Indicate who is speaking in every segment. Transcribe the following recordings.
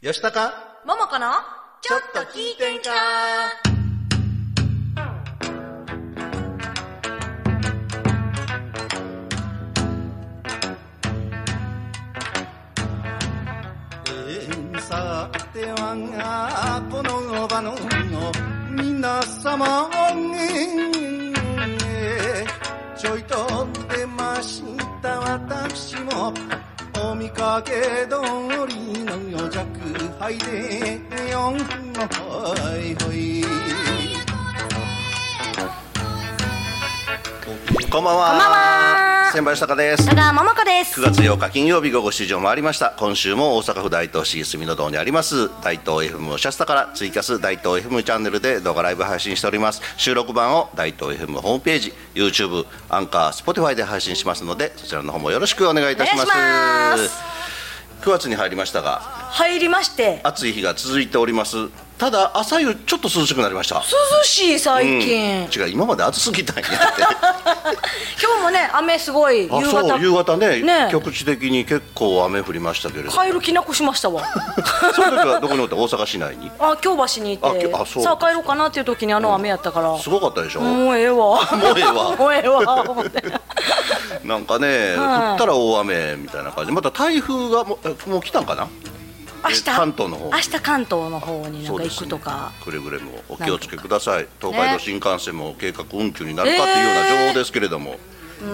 Speaker 1: よしたか
Speaker 2: ももこのちょっと聞いてんか
Speaker 1: えーさてはこの場の皆様えーちょいと出ました私もお見かけ通りの弱敗で四のほいほいこんばんは
Speaker 2: こんばんは
Speaker 1: 先輩したかです
Speaker 2: 中川ももこです
Speaker 1: 9月8日金曜日午後7時を回りました今週も大阪府大東市住の堂にあります大東 FM シャスタからツイキャス大東 FM チャンネルで動画ライブ配信しております収録版を大東 FM ホームページ YouTube アンカー Spotify で配信しますのでそちらの方もよろしくお願いいたしま
Speaker 2: お
Speaker 1: す
Speaker 2: 願いします
Speaker 1: 9月に入りましたが
Speaker 2: 入りまして
Speaker 1: 暑い日が続いておりますただ朝よりちょっと涼しくなりました
Speaker 2: 涼しい最近、
Speaker 1: 違う今まで暑すぎたんやって
Speaker 2: 今日もね雨すごい夕
Speaker 1: あそ
Speaker 2: 方
Speaker 1: う夕方ね
Speaker 2: ね
Speaker 1: 局地的に結構雨降りましたけれども
Speaker 2: カエルきなこしました わ
Speaker 1: その時はどこにおった大阪市内に
Speaker 2: あ京橋にい
Speaker 1: あ
Speaker 2: て
Speaker 1: きょあそう
Speaker 2: さあ帰ろうかなっていう時にあの雨やったから、
Speaker 1: すごかったでしょ、
Speaker 2: もうええわ
Speaker 1: もうええわ
Speaker 2: もうええわ思って
Speaker 1: なんかね、
Speaker 2: はい
Speaker 1: 降ったら大雨みたいな感じまた台風がもうえもう来たんかな
Speaker 2: 明日
Speaker 1: 関東の方
Speaker 2: 明日関東の方になんか
Speaker 1: で
Speaker 2: 行
Speaker 1: す
Speaker 2: く
Speaker 1: ね
Speaker 2: とか、
Speaker 1: くれぐれもお気をつけください東海道新幹線も計画運休になるかっ
Speaker 2: ね
Speaker 1: ていうような情報ですけれども、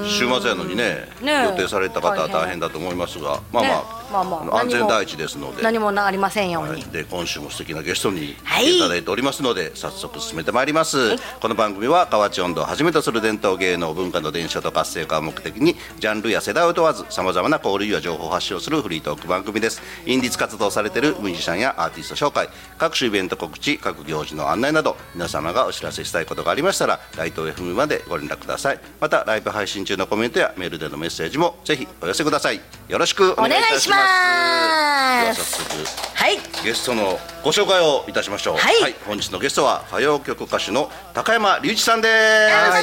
Speaker 1: 週末やのにね
Speaker 2: ね
Speaker 1: 予定された方は
Speaker 2: 大変
Speaker 1: 大変だと思いますが、まあ
Speaker 2: ねま
Speaker 1: ま
Speaker 2: あま
Speaker 1: あ,、
Speaker 2: あ
Speaker 1: の安
Speaker 2: 何
Speaker 1: 全
Speaker 2: も
Speaker 1: 第一ですので
Speaker 2: 何もなありませんよう
Speaker 1: はい
Speaker 2: に、
Speaker 1: で今週も素敵なゲストに
Speaker 2: は
Speaker 1: 来
Speaker 2: い
Speaker 1: ていただいておりますので、早速進めてまいります、この番組は河内音頭をはじめとする伝統芸能文化の伝承と活性化を目的にジャンルや世代を問わずさまざまな交流や情報を発信をするフリートーク番組ですインディーズ活動をされているミュージシャンやアーティスト紹介各種イベント告知各行事の案内など皆様がお知らせしたいことがありましたら大東 FM までご連絡くださいまたライブ配信中のコメントやメールでのメッセージもぜひお寄せくださいよろしくお願いいたし
Speaker 2: お願いします
Speaker 1: ますでは早速
Speaker 2: はい
Speaker 1: ゲストのご紹介をいたしましょう。
Speaker 2: はい
Speaker 1: 本日のゲストは歌謡曲歌手の高山隆一さんです。
Speaker 3: よ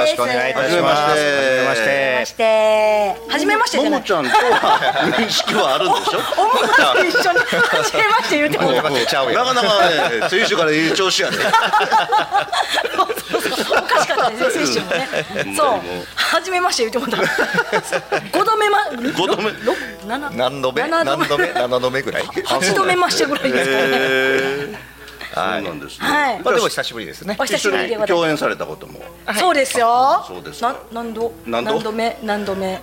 Speaker 3: ろしくお願いいたします。
Speaker 1: はじめまして
Speaker 3: はじめま
Speaker 2: ま
Speaker 3: して。
Speaker 2: して初めましてじゃ
Speaker 1: も
Speaker 2: ない
Speaker 1: もちゃんとは認識はあるんで しょ。
Speaker 2: 思わず一緒に初めまして言うても
Speaker 3: 初めましてちゃうや
Speaker 1: なかなかね、先週か らいい調子やね。
Speaker 2: おかしかったですね選手もねそう初めまして言うてもだ5度目ま
Speaker 1: 五度目
Speaker 2: 7
Speaker 3: 何度目？何度目？七度目 ぐらい？
Speaker 2: 8度目ましてぐらいですかね
Speaker 1: はい、そうなんですね。
Speaker 2: はい
Speaker 3: まあでも久しぶりですね
Speaker 2: お。久し
Speaker 1: 一
Speaker 2: ぶ
Speaker 1: 緒
Speaker 2: りで
Speaker 1: に
Speaker 2: 私
Speaker 1: 共演されたことも。
Speaker 2: そうですよ
Speaker 1: そうです
Speaker 2: な
Speaker 1: か
Speaker 2: 何度
Speaker 1: 何度
Speaker 2: 何度目何度目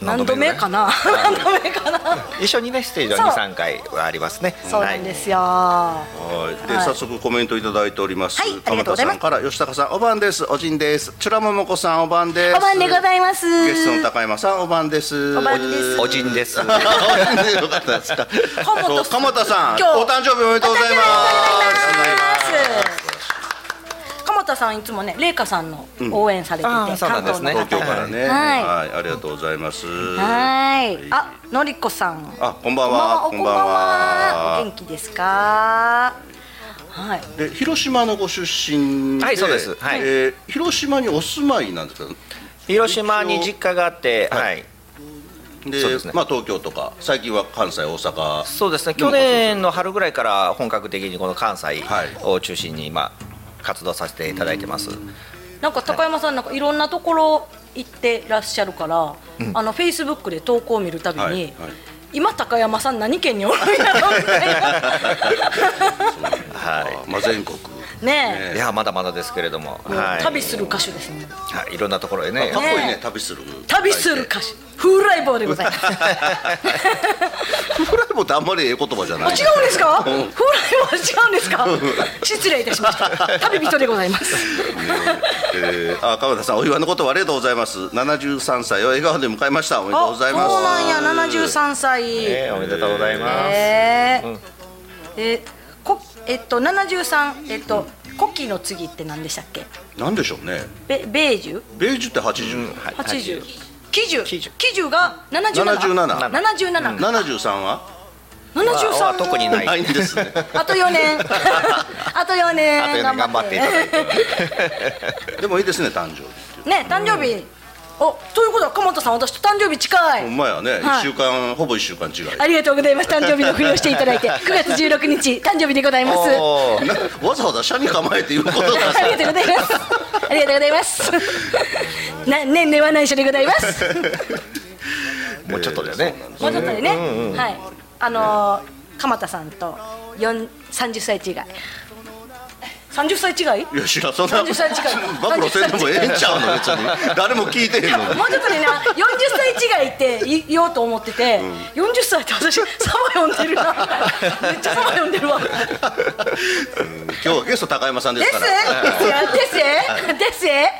Speaker 2: 何
Speaker 3: 何
Speaker 2: 度
Speaker 3: 度
Speaker 2: 目
Speaker 3: 目
Speaker 2: かな何度目かな
Speaker 3: 一緒にねステージは
Speaker 2: そう
Speaker 3: 二三回はありますね。
Speaker 2: そうなんですよは
Speaker 1: はい、で、
Speaker 2: はい
Speaker 1: 早速コメントいただいております。
Speaker 2: はいありがとうございます
Speaker 1: 鎌田さんから吉高さん、おばんです。おじんです。ちゅらももこさん、おばんです。
Speaker 2: おばんでございます
Speaker 1: ゲストの高山さん、おばんです。
Speaker 2: おばんです
Speaker 3: はい。おじんです。
Speaker 1: よかったですか。そう鎌田さ
Speaker 2: 今
Speaker 1: ん、
Speaker 2: 日
Speaker 1: お誕生日おめでとうございます。
Speaker 2: い鎌田さんいつもね麗華さんの応援されてて、
Speaker 3: あーそうなんですね
Speaker 2: 関
Speaker 1: 東京
Speaker 2: 東の
Speaker 1: か
Speaker 2: 方
Speaker 1: らね、
Speaker 2: はい
Speaker 1: はい、ありがとうございます。
Speaker 2: はいあのりこさん
Speaker 1: あ、こんばんは、
Speaker 2: こんばんは。お元気ですか。はい。
Speaker 1: で、広島のご出身で、
Speaker 3: はいそうですはい
Speaker 1: えー広島にお住まいなんですけど、
Speaker 3: 広島に実家があって、はい。
Speaker 1: で、
Speaker 3: そうですね
Speaker 1: まあ東京とか、最近は関西、大阪、
Speaker 3: そうですね。
Speaker 1: でも
Speaker 3: 去年の春ぐらいから本格的にこの関西
Speaker 1: はい
Speaker 3: を中心にまあ活動させていただいてます。
Speaker 2: なんか高山さんなんかいろんなところ行ってらっしゃるから、あのフェイスブックで投稿を見るたびに、
Speaker 1: はいはい
Speaker 2: 今高山さん何県におるんやろみたい
Speaker 3: は
Speaker 1: まあ全国。
Speaker 2: な。ね
Speaker 1: ね
Speaker 3: い。いやまだまだですけれども、
Speaker 2: え。もう
Speaker 3: はい。
Speaker 2: 旅する歌手ですね。
Speaker 3: はいいろんなところへ
Speaker 1: かっ
Speaker 3: ね
Speaker 1: こ。いいね
Speaker 2: ね、
Speaker 1: 旅する。
Speaker 2: 旅する歌手。風来坊でございます。あ
Speaker 1: フライボってあんまりええ言葉じゃない。
Speaker 2: 違うんですか？風来坊は違うんですか？失礼いたしました。旅人でございます。
Speaker 1: えー、あ、川田さん、お祝いのことはありがとうございます。七十三歳を笑顔で迎えました。おめでとうございます。
Speaker 2: そうなんや、七十三歳。
Speaker 3: ねおめでとうございます。
Speaker 2: えー
Speaker 3: うん
Speaker 2: えこえっと73えっとコキの次って何でしたっけ
Speaker 1: なんでしょうね。
Speaker 2: ベベージュ
Speaker 1: ベージュって八十、
Speaker 3: はい
Speaker 2: 80基準
Speaker 3: 基準
Speaker 2: 基準が77
Speaker 1: 77
Speaker 2: 77
Speaker 1: 七十三は
Speaker 2: 73
Speaker 3: は特にない
Speaker 1: ないんです ね。
Speaker 2: あと4年 あと4年
Speaker 3: あと四年頑張っていただいて。
Speaker 1: でもいいですね誕生日っていう。
Speaker 2: ね誕生日あということは鎌田さん私と誕生日近い
Speaker 1: ほんまやね、一
Speaker 2: はい
Speaker 1: 週間ほぼ一週間違い
Speaker 2: ありがとうございます誕生日のふりをしていただ いて9月16日誕生日でございますあ
Speaker 3: おー
Speaker 1: なわざわざ社に構えて言うことがさ
Speaker 2: りがとうございますありがとうございます な年齢は内緒でございます
Speaker 3: もうちょっとだよね。
Speaker 2: もうちょっとでね、はい、あのー、鎌田さんと四三十歳違い。三十歳違い？
Speaker 1: いや知らんそんな
Speaker 2: 30歳近い
Speaker 1: 暴露せんでもええんちゃうの別に誰も聞いてへ んのに
Speaker 2: もうちょっとでな、四十歳違いってい言おうと思ってて、四、十、歳って私サバ呼んでるな。めっちゃサバ呼んでるわ。です？
Speaker 1: 今日はゲスト高山さんですから
Speaker 2: です？です？
Speaker 1: ね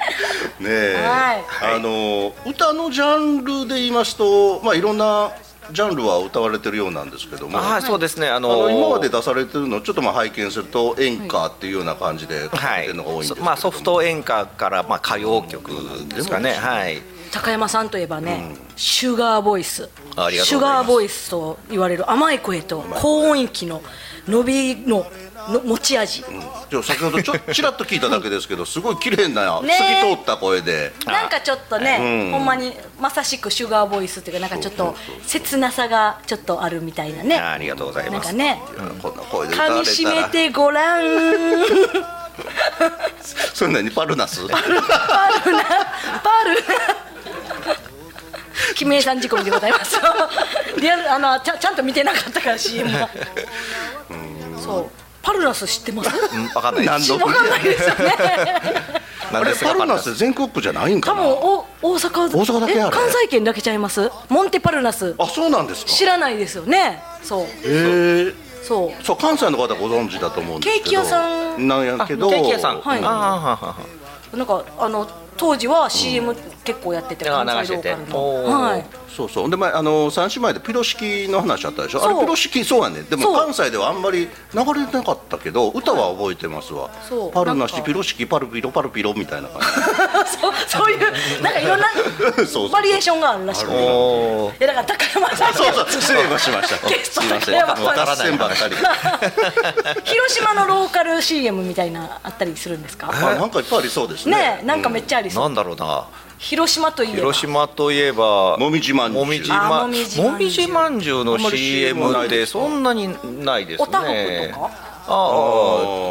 Speaker 1: え、
Speaker 2: はい
Speaker 1: あの歌のジャンルで言いますと、まあ、いろんなジャンルは歌われてるようなんですけども
Speaker 3: あ
Speaker 1: あ
Speaker 3: あ、そうですね。あの
Speaker 1: の
Speaker 3: ー
Speaker 1: 今まで出されてるのをちょっとまあ拝見すると演歌っていうような感じで書か
Speaker 3: は
Speaker 1: れてるのが多いんですけ。
Speaker 3: い
Speaker 1: ども、
Speaker 3: まあソフト演歌からまあ歌謡曲ですかね。はい。
Speaker 2: 高山さんといえばね、シュガーボイス
Speaker 3: ありが
Speaker 2: シ
Speaker 3: とう
Speaker 2: ュ
Speaker 3: ございま
Speaker 2: ガ
Speaker 3: す
Speaker 2: ーボイスと言われる甘い声と高音域の伸びのの持ち味、
Speaker 1: じゃあ先ほどちょちらっと聞いただけ ですけどすごい綺麗な透き
Speaker 2: ねえ
Speaker 1: 通った声で
Speaker 2: なんかちょっとね、ほんまにまさしくシュガーボイスっていうかなんかちょっと切なさがちょっとあるみたいなね
Speaker 3: ありがとうござい
Speaker 2: なん
Speaker 3: ま
Speaker 2: か
Speaker 3: す。
Speaker 2: ね
Speaker 1: いやこんな声で歌
Speaker 2: 噛
Speaker 1: わ
Speaker 2: み
Speaker 1: れ
Speaker 2: しため
Speaker 1: ら
Speaker 2: てごらん
Speaker 1: そんなにパルナス
Speaker 2: パルナパルナキメイさん仕込みでございますリアルあのちゃちゃんと見てなかったから CM はそうパルナス知ってます
Speaker 3: うん、わかんない。
Speaker 1: 何
Speaker 2: わ
Speaker 1: の
Speaker 2: かんないですよね
Speaker 1: あれパルナス
Speaker 3: で
Speaker 1: って全国区じゃない
Speaker 2: 多
Speaker 1: んかな
Speaker 2: 分お大阪
Speaker 1: 大阪だけあ
Speaker 2: え
Speaker 1: る
Speaker 2: 関西圏だけちゃいますモンテパルナス
Speaker 1: あそうなんですか
Speaker 2: 知らないですよねそう
Speaker 1: へえ
Speaker 2: そう
Speaker 1: そう関西の方ご存知だと思うんですけ
Speaker 2: ケ
Speaker 1: ど
Speaker 2: ーキ屋さん
Speaker 1: なんやけど
Speaker 2: あケ
Speaker 3: ケーキ屋さん。
Speaker 2: はい
Speaker 3: あーはーはーはー
Speaker 2: なんかあの当時は CM 結構やってて、
Speaker 3: あ
Speaker 2: 関西ローカル
Speaker 3: 流してて
Speaker 2: の、
Speaker 3: おー
Speaker 2: はい、
Speaker 1: そうそうで前あの三姉妹でピロシキの話あったでしょあ
Speaker 2: そ
Speaker 1: れ
Speaker 2: う
Speaker 1: ピロシキそうやねでも
Speaker 2: そう
Speaker 1: 関西ではあんまり流れてなかったけど歌は覚えてますわ
Speaker 2: そう
Speaker 1: パルナ
Speaker 2: なん
Speaker 1: シ
Speaker 2: か
Speaker 1: ピロシキパルピロパルピロみたいな感
Speaker 2: そうそういうなんかいろんな
Speaker 1: そうそう
Speaker 2: バリエーションがあるらしくてい
Speaker 3: おー
Speaker 2: やだから高山さん
Speaker 1: じそうそう失礼しまし た
Speaker 2: ゲスト
Speaker 1: すいません
Speaker 2: だから
Speaker 1: もう脱線ばっかり
Speaker 2: 広島のローカル CM みたいなあったりするんですか
Speaker 1: あなんかいっぱいありそうですね
Speaker 2: ねえなんかめっちゃありそう、
Speaker 3: なんだろうな。
Speaker 2: 広島といえば
Speaker 3: 広島といえば。
Speaker 1: もみじまんじゅう
Speaker 3: もみじ
Speaker 2: あ
Speaker 3: ま
Speaker 2: も
Speaker 3: ん
Speaker 2: みじまんじゅう
Speaker 3: もみじまんじゅうの
Speaker 1: あんまり CM な
Speaker 3: CM
Speaker 1: い
Speaker 3: っ
Speaker 1: で
Speaker 3: て
Speaker 1: すか
Speaker 3: そんなにないですね。
Speaker 2: おたふくとか
Speaker 3: ああ。
Speaker 1: あ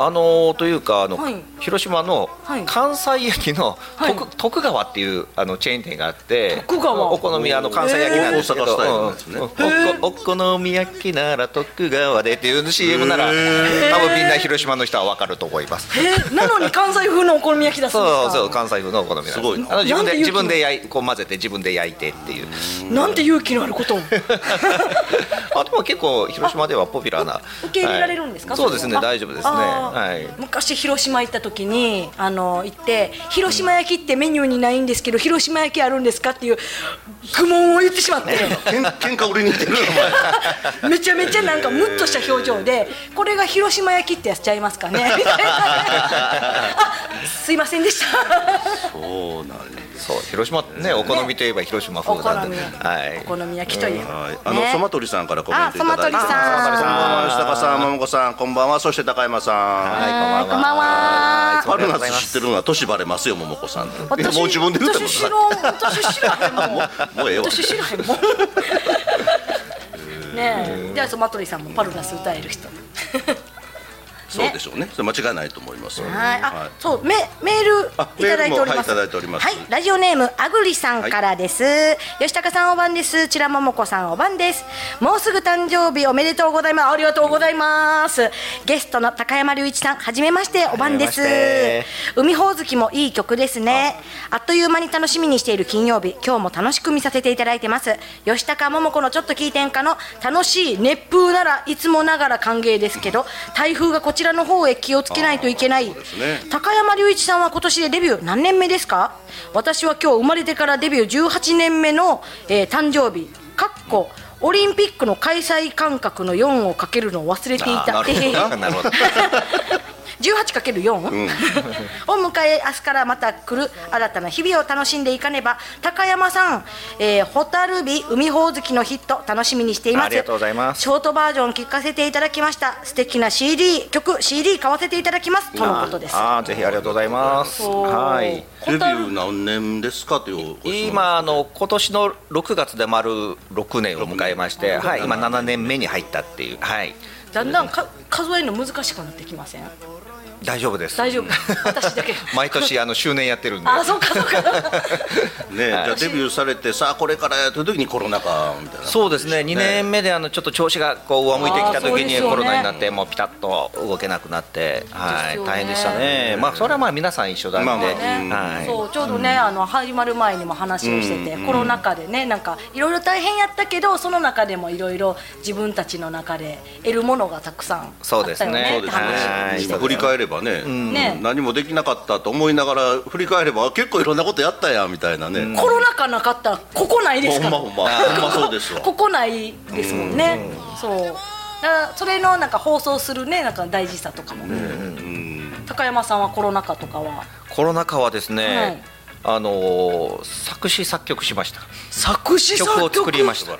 Speaker 3: あのーというかあの、
Speaker 2: はい
Speaker 3: 広島の
Speaker 2: はい
Speaker 3: 関西焼きの
Speaker 2: はい
Speaker 3: 徳,、徳川っていうあのチェーン店があって
Speaker 2: 徳川
Speaker 3: お好みあの関西焼きなんですけど、
Speaker 1: へー大阪スタイルなんですね
Speaker 3: うんおお好み焼きなら徳川でっていう CM なら多分みんな広島の人は分かると思います。
Speaker 2: えーなのに関西風のお好み焼きだそう
Speaker 3: そう
Speaker 2: です
Speaker 3: そう
Speaker 2: か
Speaker 3: 関西風のお好みなんです
Speaker 1: すごいな
Speaker 3: あの自
Speaker 2: な
Speaker 3: 分
Speaker 2: ん
Speaker 3: で
Speaker 2: で
Speaker 3: 自分で焼いこう混ぜて自分で焼いてっていう
Speaker 2: なんて勇気のあることを
Speaker 3: あとは結構広島ではポピュラーな
Speaker 2: 受け入れられるんですか、
Speaker 3: は
Speaker 2: れ
Speaker 3: いそう
Speaker 2: は
Speaker 3: ですね
Speaker 2: あ
Speaker 3: 大丈夫ですね
Speaker 2: あー
Speaker 3: はい
Speaker 2: 昔広島行った時にあの行って広島焼きってメニューにないんですけど広島焼きあるんですかっていう愚問を言ってしまって
Speaker 1: あけん喧嘩売りに行ってる
Speaker 2: めちゃめちゃなんかムッとした表情でこれが広島焼きってやっちゃいますか ねみたいなあすいませんでした
Speaker 1: お前そうなんです
Speaker 3: そう広島ねお好みといえば広島
Speaker 2: お
Speaker 3: 風な
Speaker 2: 好み
Speaker 3: んで、
Speaker 2: 焼き、
Speaker 3: はい
Speaker 2: お好み焼きといえば、
Speaker 1: はい、あの、そまとりさんからコメントいただ
Speaker 2: あそまと
Speaker 1: いて
Speaker 2: りさん
Speaker 1: こんばんは、吉高さん、桃子さん、こんばんは、そして高山さん。
Speaker 3: はい、こんば
Speaker 2: は
Speaker 3: んは。
Speaker 1: パルナ
Speaker 3: いつもありがとうございま
Speaker 1: ス知っ
Speaker 3: す
Speaker 1: てるのは年バレますよ、桃子さん。もう
Speaker 2: 私
Speaker 1: 自分で言ったもん
Speaker 2: 私知らん私知らへんもん
Speaker 1: もうええわ
Speaker 2: 私知らへん もんねえじゃあそのマトリさんもパルナス歌える人
Speaker 1: そうでしょうね。それ間違いないと思います。
Speaker 4: はい、あ、
Speaker 1: はい
Speaker 4: そう、メ、メー
Speaker 1: あ
Speaker 4: ルいただいております。
Speaker 1: メールもはいいただいております
Speaker 4: はいラジオネームあぐりさんからです。吉高さんおばんです。ちらももこさんおばんです。もうすぐ誕生日おめでとうございます。ありがとうございます。ゲストの高山隆一さん、はじめましておばんです
Speaker 3: はじめまして。
Speaker 4: 海ほおずきもいい曲ですね。あっという間に楽しみにしている金曜日、今日も楽しく見させていただいてます。吉高桃子のちょっと聞いてんかの楽しい熱風ならいつもながら歓迎ですけど、台風がこちらの方へ気をつけないといけない。
Speaker 1: あーそうですね
Speaker 4: 高山隆一さんは今年でデビュー何年目ですか私は今日生まれてからデビュー18年目の、えー誕生日かっこオリンピックの開催間隔の4をかけるのを忘れてい
Speaker 3: あ
Speaker 4: た
Speaker 3: なるほどななるほど。
Speaker 4: 18×4、を迎え明日からまた来る新たな日々を楽しんでいかねば高山さん、えー、蛍火海ほおずきのヒット楽しみにしています
Speaker 3: ありがとうございます
Speaker 4: ショートバージョン聞かせていただきました素敵な CD 曲 CD 買わせていただきますとのことです
Speaker 3: ああぜひありがとうございます。はい。
Speaker 1: デビュー何年ですかというご質問
Speaker 3: 今あの今年の6月で丸6年を迎えまして、はい、今7年目に入ったっていう、はい、
Speaker 2: だんだんか数えるの難しくなってきません
Speaker 3: 大丈夫です。
Speaker 2: 大丈夫 私だけ
Speaker 3: 毎年あの周年やってるんで。
Speaker 2: あそうかそうか
Speaker 1: ね、じゃあデビューされてさあこれからやってる時にコロナ禍みたいな
Speaker 3: そうですね。2年目であのちょっと調子がこう上向いてきた
Speaker 2: あーそうです
Speaker 3: 時に
Speaker 2: よね
Speaker 3: コロナになってもうピタッと動けなくなって、は
Speaker 2: です
Speaker 3: い、
Speaker 2: よね
Speaker 3: 大変でしたね。まあそれはまあ皆さん一緒なんで、
Speaker 1: まあまあ
Speaker 3: はい。
Speaker 2: そうちょうどね、あの始まる前にも話をしてて、コロナ禍でねなんかいろいろ大変やったけどその中でもいろいろ自分たちの中で得るものがたくさんあった
Speaker 3: そ
Speaker 2: よ
Speaker 3: う
Speaker 2: ね
Speaker 3: ですね
Speaker 1: そう
Speaker 2: っ
Speaker 1: で
Speaker 2: て
Speaker 1: すね
Speaker 2: 話をして
Speaker 1: 今振り返ればね,、
Speaker 2: ね
Speaker 1: 何もできなかったと思いながら振り返ればあ結構いろんなことやったやみたいなね、
Speaker 2: コロナ禍なかったらここないです
Speaker 1: ほ
Speaker 2: か
Speaker 1: んま
Speaker 2: ら
Speaker 1: ほんまほんまそうです わ
Speaker 2: ここないですもんね、そうだからそれのなんか放送するねなんか大事さとかも、高山さんはコロナ禍とかは
Speaker 3: コロナ禍はですね、あのー作詞作曲しました。
Speaker 2: 作詞
Speaker 3: 曲を作りました。オ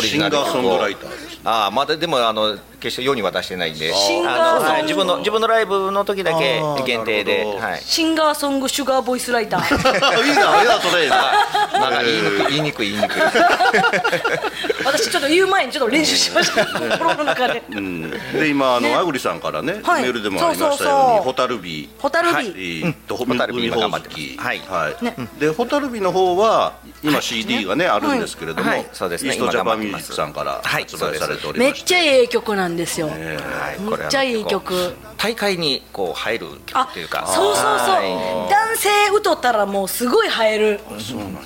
Speaker 3: リ
Speaker 1: シ
Speaker 3: ジ
Speaker 1: ン
Speaker 3: ナ
Speaker 1: ガ
Speaker 3: ル曲
Speaker 1: ー
Speaker 3: を
Speaker 1: ソングライターです
Speaker 3: ああまだでもあの決して世には出してないんで
Speaker 2: シンガー
Speaker 3: あ
Speaker 2: ソ
Speaker 3: の
Speaker 2: ング
Speaker 3: はい自分の自分のライブの時だけ
Speaker 1: あー
Speaker 3: 限定
Speaker 1: な
Speaker 3: で
Speaker 1: るほど
Speaker 3: はい
Speaker 2: シンガーソングシュガーボイスライター
Speaker 1: いいな、いいな、それいいな。
Speaker 3: なんか言いにくい言いにくい言いにくい
Speaker 2: 私ちょっと言う前にちょっと練習しました コロナ禍で
Speaker 1: うんで、今、あの、あぐりさんからね、メ
Speaker 4: はい
Speaker 1: ールでもありましたように、ホタルビ。
Speaker 4: ホタルビ、
Speaker 1: と
Speaker 3: ホタルビ
Speaker 1: 海
Speaker 3: 今
Speaker 1: ほ
Speaker 3: 頑
Speaker 1: お
Speaker 3: 張
Speaker 1: ず
Speaker 3: って
Speaker 1: き
Speaker 3: ますはい
Speaker 1: はいでホタルビの方は今 CD がねあるんですけれども
Speaker 3: は
Speaker 1: イ
Speaker 3: いそうですね
Speaker 1: ーストジャパンミュー
Speaker 3: 今頑張ってま
Speaker 1: ジッ
Speaker 3: す
Speaker 1: クさんから
Speaker 3: はい
Speaker 1: 発売されており
Speaker 2: めっ
Speaker 1: まし
Speaker 2: ちゃええ曲なんですよ、
Speaker 3: はい
Speaker 2: めっちゃいい曲
Speaker 3: これは結構大会にこう入る曲
Speaker 2: あ
Speaker 3: っていうか
Speaker 2: そうそうそう
Speaker 3: は
Speaker 2: 男性歌ったらもうすごい映える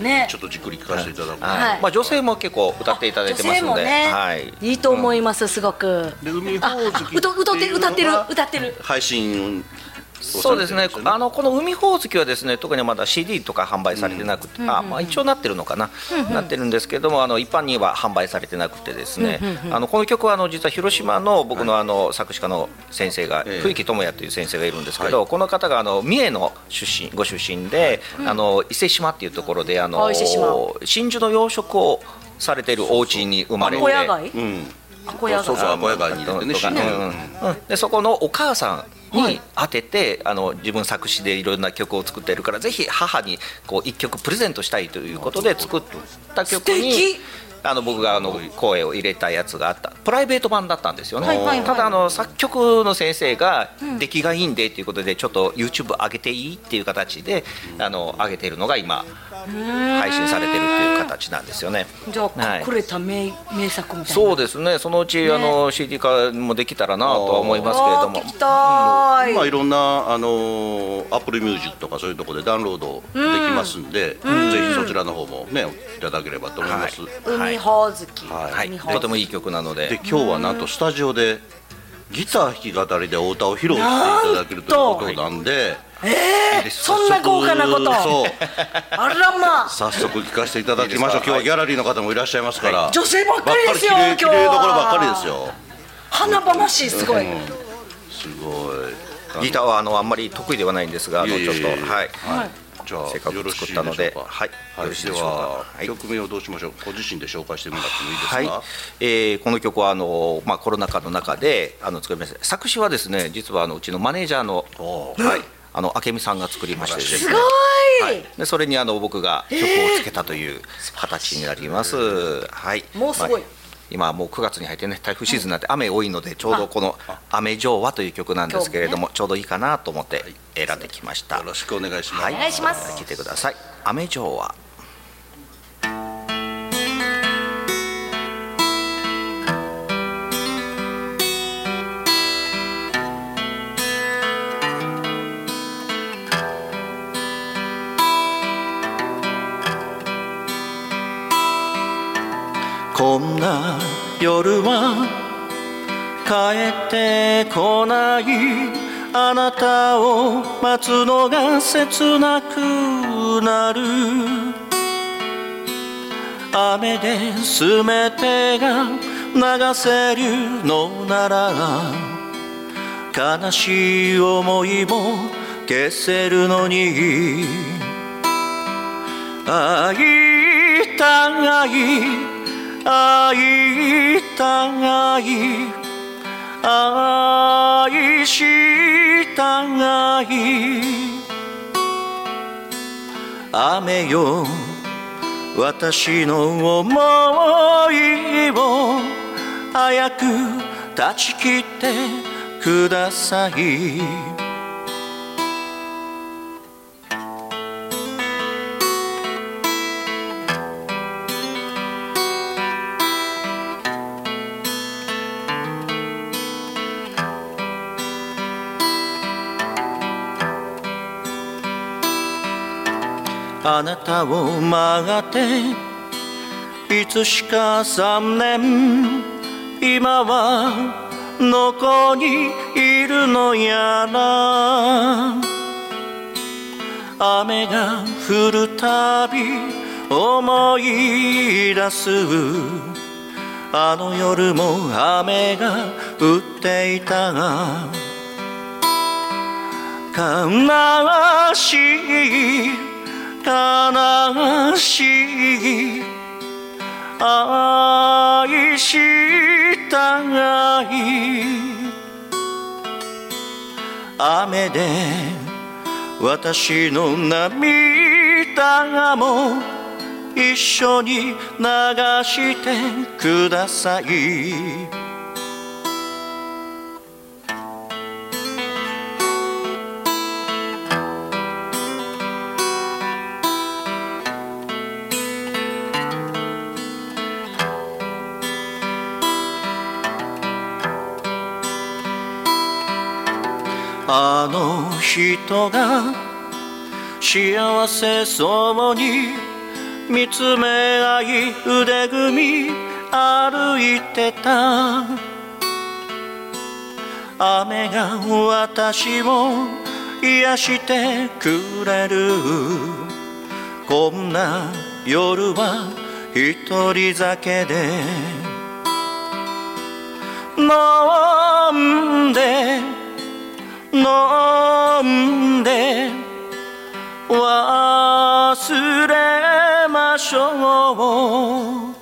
Speaker 2: ね
Speaker 1: たちょっとじっくり聞かせていただこ
Speaker 3: いうはいまあ女性も結構歌っていただいてますの
Speaker 2: 女性も
Speaker 3: で
Speaker 2: ね、
Speaker 3: はい
Speaker 2: いいと思います、すごく。
Speaker 1: で海
Speaker 2: あ、あ
Speaker 1: ほおずき
Speaker 2: 歌歌って歌ってる
Speaker 1: いうのが
Speaker 2: 歌ってる。
Speaker 1: 配信をさ
Speaker 3: そ
Speaker 1: れ
Speaker 3: う
Speaker 1: て
Speaker 3: で
Speaker 1: る
Speaker 3: す
Speaker 1: ん
Speaker 3: ね
Speaker 1: よ
Speaker 3: あのこの海ほおずきはですね特にまだ CD とか販売されてなくて、あまあ、一応なってるのかな、なってるんですけどもあの一般には販売されてなくてですね、あのこの曲はあの実は広島の僕のあの作詞家の先生が、
Speaker 1: ええ
Speaker 3: 冬木智也という先生がいるんですけど、この方があの三重の出身ご出身で、あの伊勢志摩っていうところであの
Speaker 2: あ伊勢志摩
Speaker 3: 真珠の養殖をされてるお家に生まれて
Speaker 2: 小屋街
Speaker 1: う？ん
Speaker 2: あ小屋
Speaker 1: そうそう
Speaker 2: 街。
Speaker 1: アコヤガに入れてね
Speaker 3: とか
Speaker 1: CD
Speaker 3: うんうんでそこのお母さんに当てて、あの自分作詞でいろんな曲を作っているからぜひ母にこう一曲プレゼントしたいということで作った曲
Speaker 2: 素
Speaker 3: に
Speaker 2: 敵。
Speaker 3: あの僕があの声を入れたやつがあったプライベート版だったんですよね、
Speaker 1: はいはいはい
Speaker 3: ただあの作曲の先生が出来がいいんでということでちょっと YouTube 上げていいっていう形であの上げているのが今配信されてるっていう形なんですよね
Speaker 2: じゃあ
Speaker 3: はい
Speaker 2: 隠れた名名作みたいな。
Speaker 3: そうですね、そのうち、あの CD 化もできたらなとは思いますけれ
Speaker 2: あ
Speaker 3: ど
Speaker 2: ー
Speaker 3: も
Speaker 2: 聞、きたーい。
Speaker 1: まあいろんなあのアップルミュージックとかそういうところでダウンロードできますんで、ぜひそちらの方もねいただければと思います。
Speaker 3: はい
Speaker 2: 海ほおずき。
Speaker 3: はい、
Speaker 2: 海ほおず
Speaker 3: と
Speaker 2: き
Speaker 3: てもいい曲なの
Speaker 1: で
Speaker 3: で、
Speaker 1: 今日はなんとスタジオでギター弾き語りでお歌を披露していただけるということなんで、え
Speaker 2: そんな豪華なこと
Speaker 1: そう
Speaker 2: あらまあ。
Speaker 1: 早速聞かせていただきましょう。
Speaker 3: いいです
Speaker 1: 今
Speaker 3: か
Speaker 1: 日はギャラリーの方もいらっしゃいますから、
Speaker 2: 女性ばっかりですよ。
Speaker 1: ば
Speaker 2: 今
Speaker 1: っかり
Speaker 2: 日
Speaker 1: 綺麗
Speaker 2: は。
Speaker 1: 綺麗どころばっかりです。よ。
Speaker 2: 花々しいすごい。
Speaker 1: すごい。
Speaker 3: ギターはあのあんまり得意ではないんですが、あの
Speaker 1: いえい
Speaker 3: ち
Speaker 1: え
Speaker 3: ょ
Speaker 1: いえ
Speaker 3: っと、はい、
Speaker 1: はい、じゃ
Speaker 3: せっか
Speaker 1: あ
Speaker 3: く
Speaker 1: よろしい
Speaker 3: 作
Speaker 1: でしょ
Speaker 3: った
Speaker 1: うか
Speaker 3: のではいよろしい
Speaker 1: で
Speaker 3: でしょうか
Speaker 1: は、
Speaker 3: はい
Speaker 1: 曲名をどうしましょうご自身で紹介してもらってもいいですか、
Speaker 3: はいえーこの曲はあの、まあ、コロナ禍の中であの作りました、作詞はですね実はあのうちのマネージャーの、
Speaker 1: おー
Speaker 3: はい、あの明美さんが作りましてですね、
Speaker 2: すごい。
Speaker 3: はい、でそれにあの僕が曲をつけたという形になります。はい。
Speaker 2: もうすごい
Speaker 3: まあ今はもう9月に入ってね台風シーズンなんて雨多いのでちょうどこの「雨情は」という曲なんですけれどもちょうどいいかなと思って選んできました
Speaker 1: よろしくお願いします、
Speaker 3: はい
Speaker 4: お願いします
Speaker 3: 聴いてください「雨情は」こんな夜は帰ってこないあなたを待つのが切なくなる雨で全てが流せるのなら
Speaker 5: 悲しい思いも消せるのに会いたがい会いたがい愛したがい雨よ私の思いを早く断ち切ってくださいあなたを曲がっていつしか三年今はどこにいるのやら雨が降るたび思い出すあの夜も雨が降っていたが悲しい悲しい愛したがい雨で私の涙も一緒に流してくださいあの人が幸せそうに見つめ合い腕組み歩いてた雨が私を癒してくれるこんな夜は一人酒で飲んで飲んで忘れましょう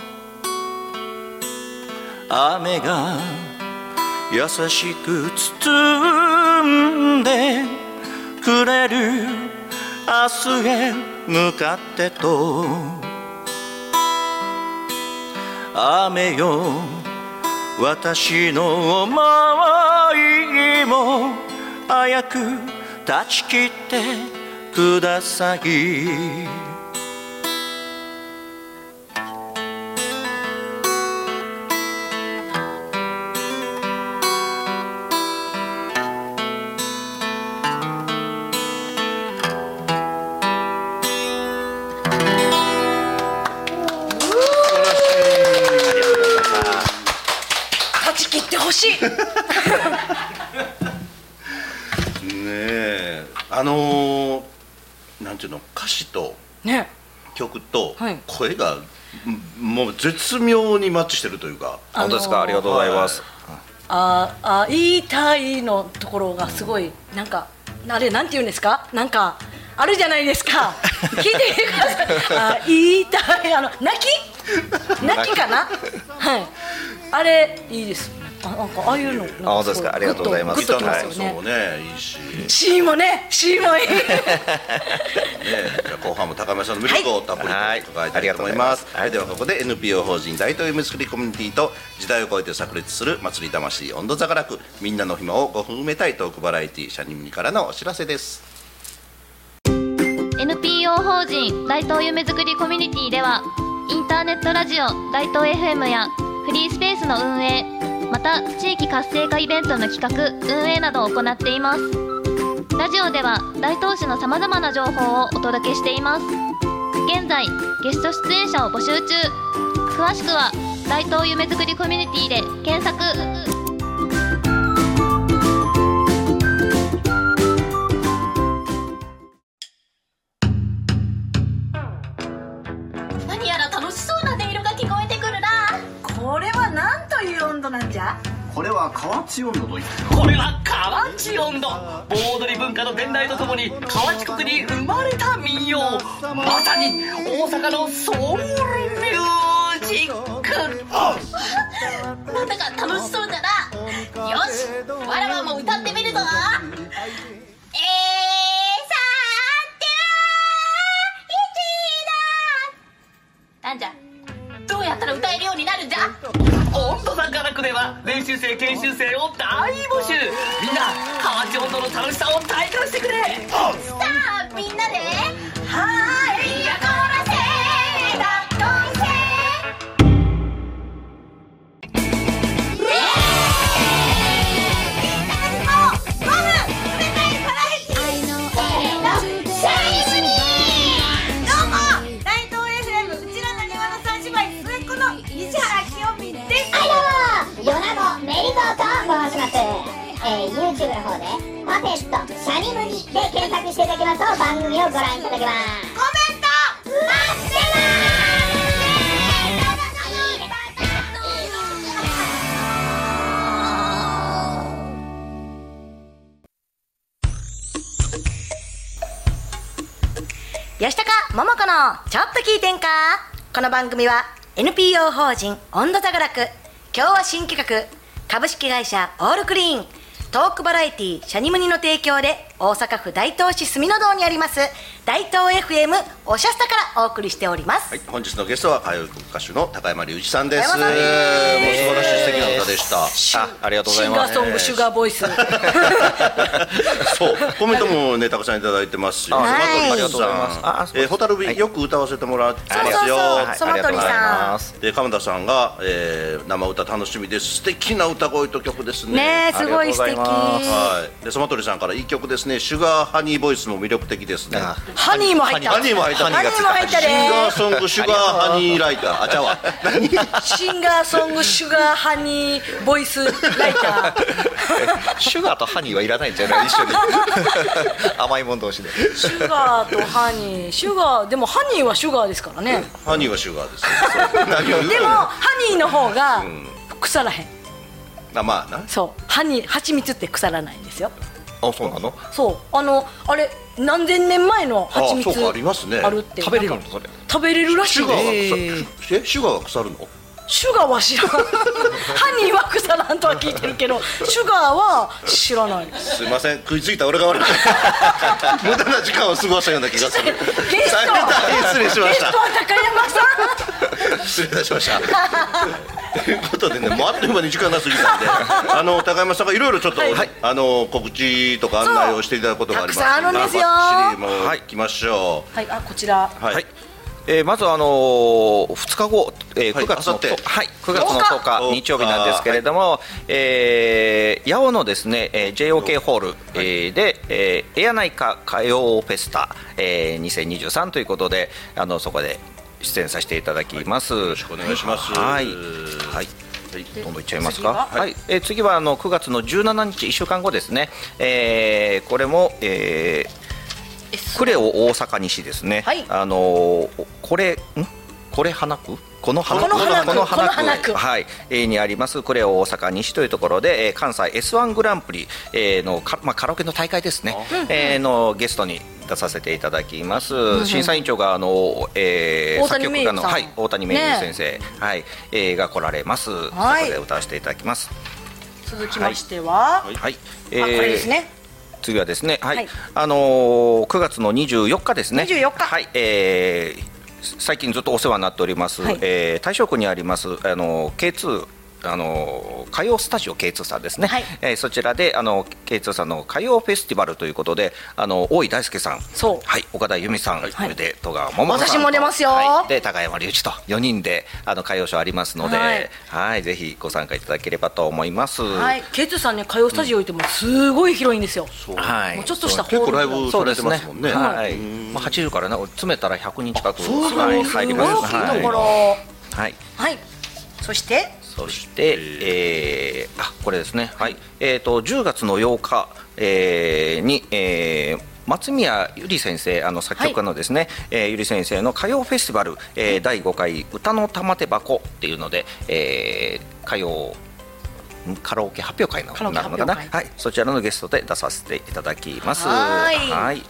Speaker 5: 雨が優しく包んでくれる明日へ向かってと雨よ私の思いも早く断ち切ってください
Speaker 2: 断ち切ってほしい
Speaker 5: ねえあのーなんていうの歌詞と
Speaker 2: ね
Speaker 5: 曲と
Speaker 2: はい
Speaker 5: 声が、うんもう絶妙にマッチしてるというか
Speaker 3: 本当ですか、
Speaker 2: あのー
Speaker 3: ありがとうございます。
Speaker 2: ああ言いたいのところがすごいなんかあれなんて言うんですかなんかあるじゃないですか聞いてくださいあ言いたいあの泣き泣きかなはいあれいいですあなんかああいうのなん
Speaker 3: あ本当ですかありがとうございます
Speaker 2: グッときま
Speaker 5: は
Speaker 2: す
Speaker 5: い
Speaker 2: よ
Speaker 5: そう
Speaker 2: ね、
Speaker 5: ねいいし、ね、
Speaker 2: シーンもねシーンもいい
Speaker 5: じゃあ後半も高山さんの魅力をたっぷり
Speaker 3: はい
Speaker 5: と伺いたいと思います,、
Speaker 3: はいあり
Speaker 5: ではここで NPO 法人大東夢作りコミュニティと時代を超えて炸裂する祭り魂温度座がらくみんなの暇を5分埋めたいトークバラエティシャニミニからのお知らせです
Speaker 6: NPO 法人大東夢づくりコミュニティではインターネットラジオ大東 FM やフリースペースの運営また地域活性化イベントの企画運営などを行っていますラジオでは大東市のさまざまな情報をお届けしています現在ゲスト出演者を募集中詳しくは大東夢づくりコミュニティで検索
Speaker 7: 何やら楽しそうな音色が聞こえてくるな
Speaker 2: これはなんという温度なんじゃ
Speaker 8: これは河内温度といって
Speaker 9: これは河内音頭盆踊り文化の伝来とともに河内国に生まれた民謡まさに大阪のソウルミュージック
Speaker 10: なんだか楽しそうだなよしわらわも歌ってみるぞえー、さては一だなんじゃどうやったら歌えるようになるんじゃ
Speaker 9: 音頭さんからくでは練習生研修生を大募集みんな河内音頭の楽しさを体感してくれ
Speaker 10: さあみんなではーいやこらせだっこいせ
Speaker 11: 夜なのメリゾーと申します、えー、YouTube の方で「パペットシャニムニ」で検索していただきますと番組をご覧いただけます
Speaker 4: 吉高桃子のちょっと聞いてんかこの番組は NPO 法人温度座がらく今日は新企画株式会社オールクリーントークバラエティシャニムニの提供で大阪府大東市住の堂にあります大東 FM おしゃスタからお送りしております、
Speaker 1: はい、本日のゲストは歌謡曲歌手の高山隆一さんです。もう
Speaker 4: 高
Speaker 1: 素
Speaker 4: 山さんです
Speaker 1: 晴らしい素敵な歌でした。
Speaker 3: あありがとうござ
Speaker 2: シ
Speaker 3: い
Speaker 2: ン
Speaker 3: ま
Speaker 2: ガ
Speaker 3: す
Speaker 2: ーソングシュガーボイス
Speaker 1: そう、コメントもね、たくさんいただいてますし。
Speaker 3: あ
Speaker 4: はい
Speaker 1: ありがとうございます。
Speaker 3: あそうです
Speaker 1: えー、蛍火、よく歌わせてもらって
Speaker 4: そう
Speaker 1: ますよ。
Speaker 4: そう
Speaker 3: はい
Speaker 4: その通りさん
Speaker 3: ありがとうございます
Speaker 1: で、鎌田さんが、えー、生歌楽しみです。素敵な歌声と曲ですね。
Speaker 4: ねえすごい素
Speaker 3: あり
Speaker 4: 敵
Speaker 3: がとうございま
Speaker 1: はい。で、そまとりさんからいい曲ですね。シュガーハニーボイスも魅力的ですね。
Speaker 3: あ
Speaker 4: ハニーも入った
Speaker 1: ハニーも入った。
Speaker 4: ハニーも入ったで
Speaker 1: シンガーソングシュガーハニーライター。あ、ちゃうわ。何
Speaker 2: シンガーソングシュガーハニーボイスライター
Speaker 3: シュガーとハニーはいらないんじゃない一 緒に甘いもん同士で
Speaker 2: シュガーとハニーシュガーでもハニーはシュガーですからね
Speaker 1: ハニーはシュガーです。そう何を言うの
Speaker 2: でもハニーの方が
Speaker 1: ん
Speaker 2: 腐らへん
Speaker 1: あまあな。
Speaker 2: そうハニー蜂蜜って腐らないんですよ
Speaker 3: あそうなの
Speaker 2: そうあのあれ何千年前の蜂蜜
Speaker 1: あそうかありますね
Speaker 2: あるって
Speaker 3: 食べれる
Speaker 2: なん
Speaker 3: の
Speaker 2: か
Speaker 3: それ
Speaker 2: 食べれるらし
Speaker 1: シ
Speaker 2: い
Speaker 1: ュガー
Speaker 2: ね
Speaker 1: は腐る、えシュガーは腐るの？
Speaker 2: シュガーは 知らんハニーは腐らんとは聞いてるけどシュガーは知らないです
Speaker 1: すいません食いついた俺 が悪い無駄な時間を過ごしたような気がする
Speaker 2: ゲスト
Speaker 1: 大変失礼しま
Speaker 2: ゲ
Speaker 1: し
Speaker 2: スト
Speaker 1: た
Speaker 2: は高山さん
Speaker 1: 失礼いたしましたということでねもうあっという間に時間が過ぎたんであの高山さんがいろいろちょっと、
Speaker 2: はい
Speaker 1: あの告知とか案内をしていただくことがありま
Speaker 4: そ
Speaker 1: す
Speaker 4: うたくさんあるんですよ
Speaker 1: バッチリもう行きましょ
Speaker 2: はいあこちら
Speaker 1: うはい、
Speaker 3: はいえーまず、あのー、2日後、えー
Speaker 1: はい
Speaker 3: 9月
Speaker 1: 明
Speaker 3: の
Speaker 1: 後日
Speaker 3: と、はい、9月の10日
Speaker 1: 10日
Speaker 3: 日曜日なんですけれども、えー、八尾のですね、えー JOK ホール、えーで、えー、エアナイカ歌謡フェスタ、えー、2023ということであのそこで出演させていただきます、よろし
Speaker 1: くお願いします
Speaker 3: はい、はいどんどんいっちゃいますか
Speaker 2: 次は
Speaker 3: はい、えー次はあの9月の17日1週間後ですね、えーこれも、えークレオ大阪西ですね。
Speaker 2: はい
Speaker 3: あのーこれんこれ花区この花区
Speaker 2: この花区この花区
Speaker 3: はい、えーにありますクレオ大阪西というところで、えー関西 S1 グランプリ、えーのかまあカラオケの大会ですね。えーのゲストに出させていただきます。審査委員長があの、えー、
Speaker 2: 大谷
Speaker 3: 作曲家の
Speaker 2: めいゆさん
Speaker 3: はい大谷明優先生、はい、えーが来られます。
Speaker 2: はい
Speaker 3: そこで歌わせていただきます。
Speaker 2: 続きましては、
Speaker 3: はい、はいえ
Speaker 2: あこれですね、
Speaker 3: 次はですね、はい、
Speaker 2: はい
Speaker 3: あのー、9月の24日ですね。
Speaker 2: 24日
Speaker 3: はい、えー最近ずっとお世話になっております。
Speaker 2: はい
Speaker 3: えー大正区にありますあのー K2 あのー歌謡スタジオ K2 さんですね、
Speaker 2: はい
Speaker 3: えーそちらであの K2 さんの歌謡フェスティバルということであの大井大輔さん
Speaker 2: そう
Speaker 3: はい、岡田由美さん、それで戸川桃子さんと
Speaker 2: 私も出ますよ
Speaker 3: はいで高山隆一と4人であの歌謡ショーありますので、
Speaker 2: は
Speaker 3: はいい、ぜひご参加いただければと思います。
Speaker 2: はい、ケイツーさんね歌謡スタジオ行ってもすごい広いんですよ、
Speaker 3: はい
Speaker 2: もうちょっとした
Speaker 1: 結構ライ
Speaker 2: ホー
Speaker 1: ブ
Speaker 2: ル
Speaker 1: さ
Speaker 3: そう
Speaker 1: れ
Speaker 3: で
Speaker 1: て
Speaker 3: す
Speaker 1: ますもんね
Speaker 3: はい。まあ八十からね、詰めたら百人近く
Speaker 1: そうそう
Speaker 3: はい
Speaker 1: そう
Speaker 3: 入り
Speaker 2: すごい
Speaker 3: ます。
Speaker 2: 大きいところ
Speaker 3: は。
Speaker 2: はい
Speaker 3: はい。
Speaker 2: い、そして
Speaker 3: そして、えー、あこれですね。はい。えっ、と10月の8日、えー、に、えー、松宮ゆり先生あの作曲家のですね、えーゆり先生の歌謡フェスティバル、えー、第5回歌の玉手箱っていうので、えー、歌謡んカラオケ発表会の
Speaker 2: カラオケ
Speaker 3: なるのかな、
Speaker 2: 発表
Speaker 3: はい、そちらのゲストで出させていただきます。
Speaker 2: はーい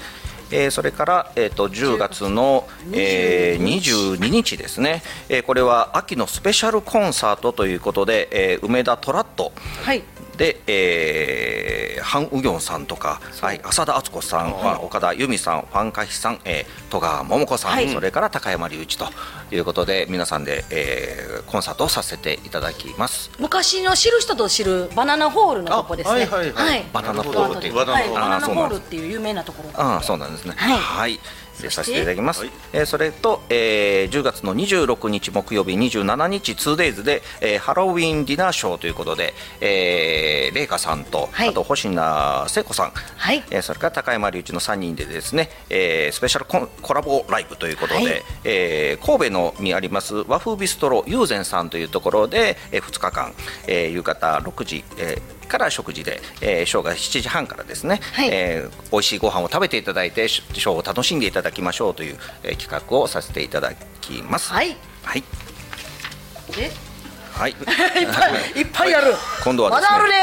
Speaker 3: えーそれから、えー、と10月の、えー22日ですね、えーこれは秋のスペシャルコンサートということで、えー梅田トラット
Speaker 2: はい
Speaker 3: で、えーハン・ウギョンさんとか、はい、浅田敦子さん、まあ岡田由美さん、ファン・カヒさん、えー、戸川桃子さん、
Speaker 2: はい
Speaker 3: それから高山隆一ということで、皆さんで、えーコンサートをさせていただきます。
Speaker 2: 昔の知る人ぞ知るバナナホールのとこですね
Speaker 1: あはいはいはい
Speaker 3: バナナホールっていう
Speaker 2: バ
Speaker 1: バ
Speaker 2: ナナ
Speaker 1: ナ
Speaker 2: ホール,、
Speaker 1: ナホー
Speaker 2: はい、バナナ
Speaker 1: ル
Speaker 3: あーそう
Speaker 2: ホー
Speaker 3: なん
Speaker 2: ルっ
Speaker 3: です
Speaker 2: ていう有名なところ
Speaker 3: ああそうなんですね。
Speaker 4: はい
Speaker 3: でさせていただきます。えーそれと、えー10月の26日木曜日27日 2days で、えーハロウィンディナーショーということで、えー、レイカさんと、
Speaker 4: はい
Speaker 3: あと星名聖子さん、
Speaker 4: はい
Speaker 3: えーそれから高山隆一の3人でですね、えースペシャルコンコラボライブということで、
Speaker 4: はい
Speaker 3: えー神戸のにあります和風ビストロ友禅さんというところで、え2日間、えー夕方6時、えーから食事で、えー、ショーが7時半からですね、
Speaker 4: はい
Speaker 3: えー美味しいご飯を食べていただいてシショーを楽しんでいただきましょうという、えー企画をさせていただきます。
Speaker 2: はい
Speaker 3: はい
Speaker 2: え
Speaker 3: は い
Speaker 2: いっぱいいっぱいやる、
Speaker 3: 今度はですね
Speaker 2: まだあるね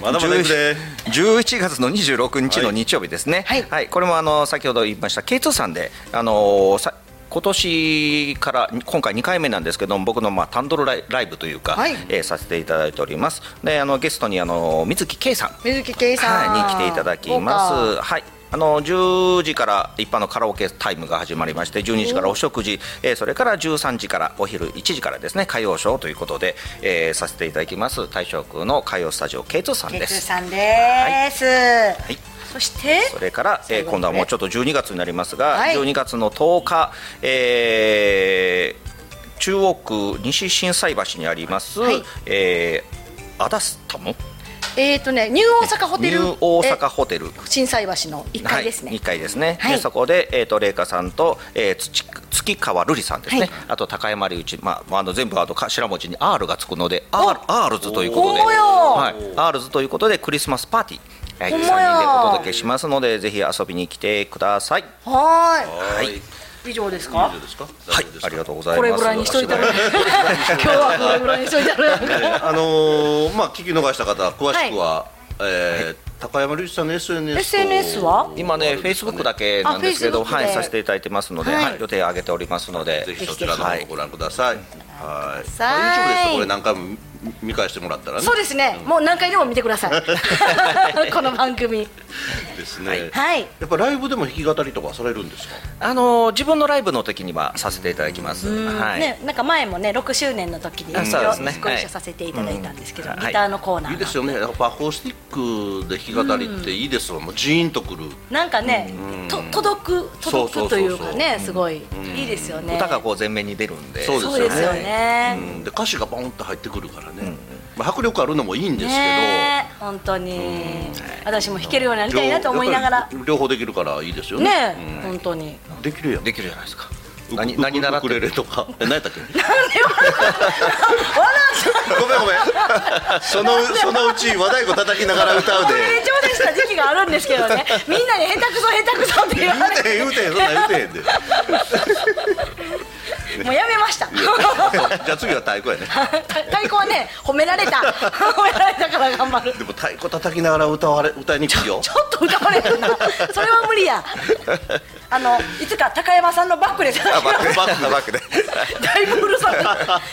Speaker 1: まだまだ行く で
Speaker 3: 11月の26日の日曜日ですね、
Speaker 2: は
Speaker 3: はいいこれもあの先ほど言いました K2 さんで、あのーさ今年から今回2回目なんですけども僕のまあ単独ライライブというか、
Speaker 2: はい
Speaker 3: えーさせていただいておりますであのゲストにあの水木圭さん
Speaker 2: 水木圭さん、
Speaker 3: はい、に来ていただきます。はいあの10時から一般のカラオケタイムが始まりまして12時からお食事、えーそれから13時からお昼1時からですね歌謡ショーということで、えーさせていただきます大正区の歌謡スタジオ K2 さん
Speaker 4: ケ
Speaker 3: で
Speaker 4: ツ
Speaker 3: す。
Speaker 4: さんです、
Speaker 3: い
Speaker 4: そして
Speaker 3: それから、えー今度はもうちょっと12月になりますが、
Speaker 2: はい
Speaker 3: 12月の10日、えー中央区西心斎橋にあります、
Speaker 2: はい
Speaker 3: えーアダスタム
Speaker 2: えっ、とねニュー大阪ホテ
Speaker 3: ニ
Speaker 2: ル
Speaker 3: ュー大阪
Speaker 2: え
Speaker 3: ホテル
Speaker 2: 心斎橋の1階ですね、
Speaker 3: はい、1階ですね、
Speaker 4: はい
Speaker 3: でそこで、えー、と麗華さんと、えー、土月川瑠璃さんですね、
Speaker 4: はい
Speaker 3: あと高山隆一、まあ、あの全部あの頭文字に R がつくので R, R ズということで、
Speaker 2: ほんまや
Speaker 3: はい、R ズということでクリスマスパーティー、はい、
Speaker 2: ほ
Speaker 3: 3
Speaker 2: ん
Speaker 3: 人
Speaker 2: まや
Speaker 3: でお届けしますのでぜひ遊びに来てください
Speaker 2: はーい
Speaker 1: はい以
Speaker 2: 以上ですか
Speaker 1: 上ですか
Speaker 3: はいありがとうござい
Speaker 2: こ
Speaker 3: ます
Speaker 2: れぐらいにしといたら 今日はこれぐらいにしといたらなんか
Speaker 1: あのーまあ聞き逃した方詳しくは、えー高山隆一さんの SNS と
Speaker 2: SNS は
Speaker 3: 今ね、フェイスブックだけなんですけど、
Speaker 2: あ Facebook
Speaker 3: は
Speaker 2: で
Speaker 3: い、させていただいてますので、
Speaker 2: はい
Speaker 3: はい予定上げておりますので、
Speaker 1: ぜひそちらの
Speaker 3: は
Speaker 1: 方
Speaker 3: い
Speaker 1: もご覧ください。はい。
Speaker 4: さい
Speaker 1: 大丈夫ですよ。これ何回も見見返してもらったらね。
Speaker 2: そうですね、もう何回でも見てくださいこの番組
Speaker 1: ですね。
Speaker 4: はい
Speaker 1: やっぱライブでも弾き語りとかされるんですか。
Speaker 3: あの自分のライブの時にはさせていただきます。はい、
Speaker 2: ね、なんか前もね6周年の時に
Speaker 3: あ
Speaker 2: 一
Speaker 3: そうです
Speaker 2: 応
Speaker 3: ね
Speaker 2: ご一
Speaker 3: は
Speaker 2: 緒
Speaker 3: い
Speaker 2: させていただいたんですけど、
Speaker 3: うん
Speaker 2: ギターのコーナー
Speaker 1: い
Speaker 2: が
Speaker 1: いですよね。やっぱアコースティックで弾き語りっていいですわ。もうジーンとくる。
Speaker 2: なんかね、と届く
Speaker 1: そ
Speaker 2: 届く
Speaker 1: うそうそうそ
Speaker 2: と
Speaker 1: う
Speaker 2: いうかねすごい、いいですよね
Speaker 3: 歌がこう前面に出るんで。
Speaker 1: そう
Speaker 2: そうですよね、
Speaker 1: うんで歌詞がバーンって入ってくるからね。まあ迫力あるのもいいんですけど。
Speaker 2: ねえ本当に、私も弾けるようになりたいなと思いながら
Speaker 1: 両両方できるからいいですよ
Speaker 2: ね
Speaker 1: ね。
Speaker 2: え、本当に
Speaker 1: うんできるやん。
Speaker 3: できるじゃないですか。
Speaker 1: ウク
Speaker 3: 何何習っ
Speaker 1: ウ
Speaker 3: て
Speaker 1: クレレ
Speaker 3: る？
Speaker 1: とか。え何やったっけ？ごめんごめん。そのそのうち和太鼓叩きながら歌う
Speaker 2: こ
Speaker 1: で。
Speaker 2: れ調整した時期があるんですけど ねみんなに下手くそ下手くそって言
Speaker 1: 言
Speaker 2: われ
Speaker 1: うて
Speaker 2: て
Speaker 1: へん言うてへんそんなん言うてへんで
Speaker 2: もうやめました
Speaker 1: じゃあ次は太鼓やね
Speaker 2: 太鼓はね褒められた褒められたから頑張る
Speaker 1: でも太鼓叩きながら歌われ歌いにくいよ
Speaker 2: ちょっと歌われるな。それは無理や。あの、いつか高山さんのバックで叩
Speaker 1: あ
Speaker 2: き
Speaker 1: バ
Speaker 2: ま
Speaker 1: ッ
Speaker 2: す。
Speaker 1: クバックバックで
Speaker 2: だいぶうるさ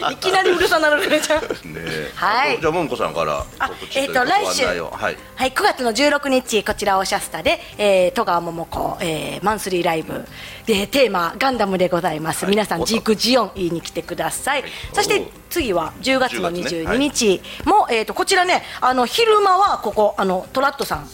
Speaker 2: い。いきなりうるさなるねちゃん。
Speaker 1: ねえ
Speaker 4: はい
Speaker 1: じゃあももこさんから
Speaker 4: あ
Speaker 1: 告知とい
Speaker 4: え
Speaker 1: う
Speaker 4: っ
Speaker 1: か
Speaker 4: と来週
Speaker 1: ご案内をはい
Speaker 4: はい、9月の16日こちらオシャスタで、えー、戸川桃子、えーマンスリーライブでテーマガンダムでございます、皆さんジークジオン言いに来てください、そして次は10月の
Speaker 1: 10月ね
Speaker 4: 22日も、えー、とこちらねあの昼間はここあのトラットさん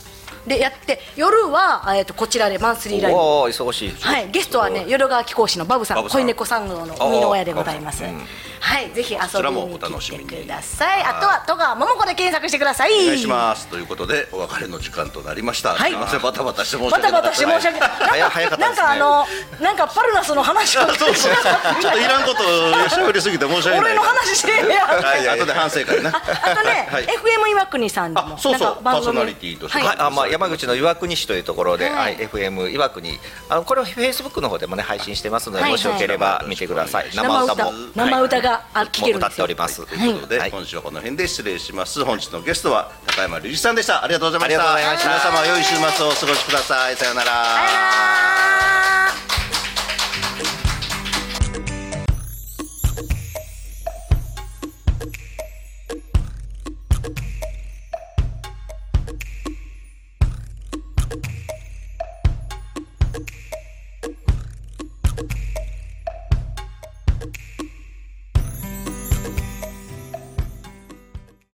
Speaker 4: でやって夜は、えー、とこちらでマンスリーライブ
Speaker 3: おお忙しい。
Speaker 4: はい、ゲストはね、淀川貴公子のバブさ
Speaker 1: バ
Speaker 4: ん、
Speaker 1: ブさん
Speaker 4: 恋猫産業の生みの親でございます。
Speaker 3: あーバブさんうん
Speaker 4: はい、ぜひ遊
Speaker 1: そちら
Speaker 4: び
Speaker 1: も
Speaker 4: に
Speaker 1: お楽し
Speaker 4: 来
Speaker 1: みに
Speaker 4: てください。あとは戸川桃子で検索してください。
Speaker 1: お願いしますということでお別れの時間となりました、
Speaker 2: はい
Speaker 1: すいませんバタバタして申し
Speaker 2: バ
Speaker 1: 訳
Speaker 2: タバ
Speaker 1: なか
Speaker 2: タ
Speaker 1: った
Speaker 2: して申し訳ない。
Speaker 1: 早早かった
Speaker 2: な
Speaker 1: で
Speaker 2: ん
Speaker 1: す
Speaker 2: かあ
Speaker 1: ね
Speaker 2: の、なんかパルナスの 話をし
Speaker 1: そうそうちょっといらんこと喋りすぎて申し訳ない
Speaker 2: 俺の話してんねや。
Speaker 1: はいはい後で反省 会な
Speaker 2: ああとね、
Speaker 1: はい
Speaker 2: FM 岩国さんでも
Speaker 1: あそうそう
Speaker 2: なんか番組
Speaker 1: パーソナリティとして
Speaker 2: はい
Speaker 3: はい、あまあ山口の岩国市というところで、
Speaker 2: は
Speaker 3: はいい、FM 岩国あのこれはフェイスブックの方でもね配信してますので、
Speaker 4: はい
Speaker 3: もしよければ見てください。
Speaker 1: はい
Speaker 3: 生歌も
Speaker 4: 生歌
Speaker 3: はい
Speaker 4: が
Speaker 2: があ聞けるん
Speaker 3: もう歌
Speaker 2: で
Speaker 3: っ
Speaker 2: す
Speaker 3: てお
Speaker 2: よ
Speaker 3: ります。
Speaker 1: ということで、
Speaker 3: はい
Speaker 1: 今週はこの辺で失礼します本日のゲストは高山隆一さんでしたありがとうございました
Speaker 3: ありがとうございました
Speaker 1: 皆様良い週末をお過ごしくださいさようなら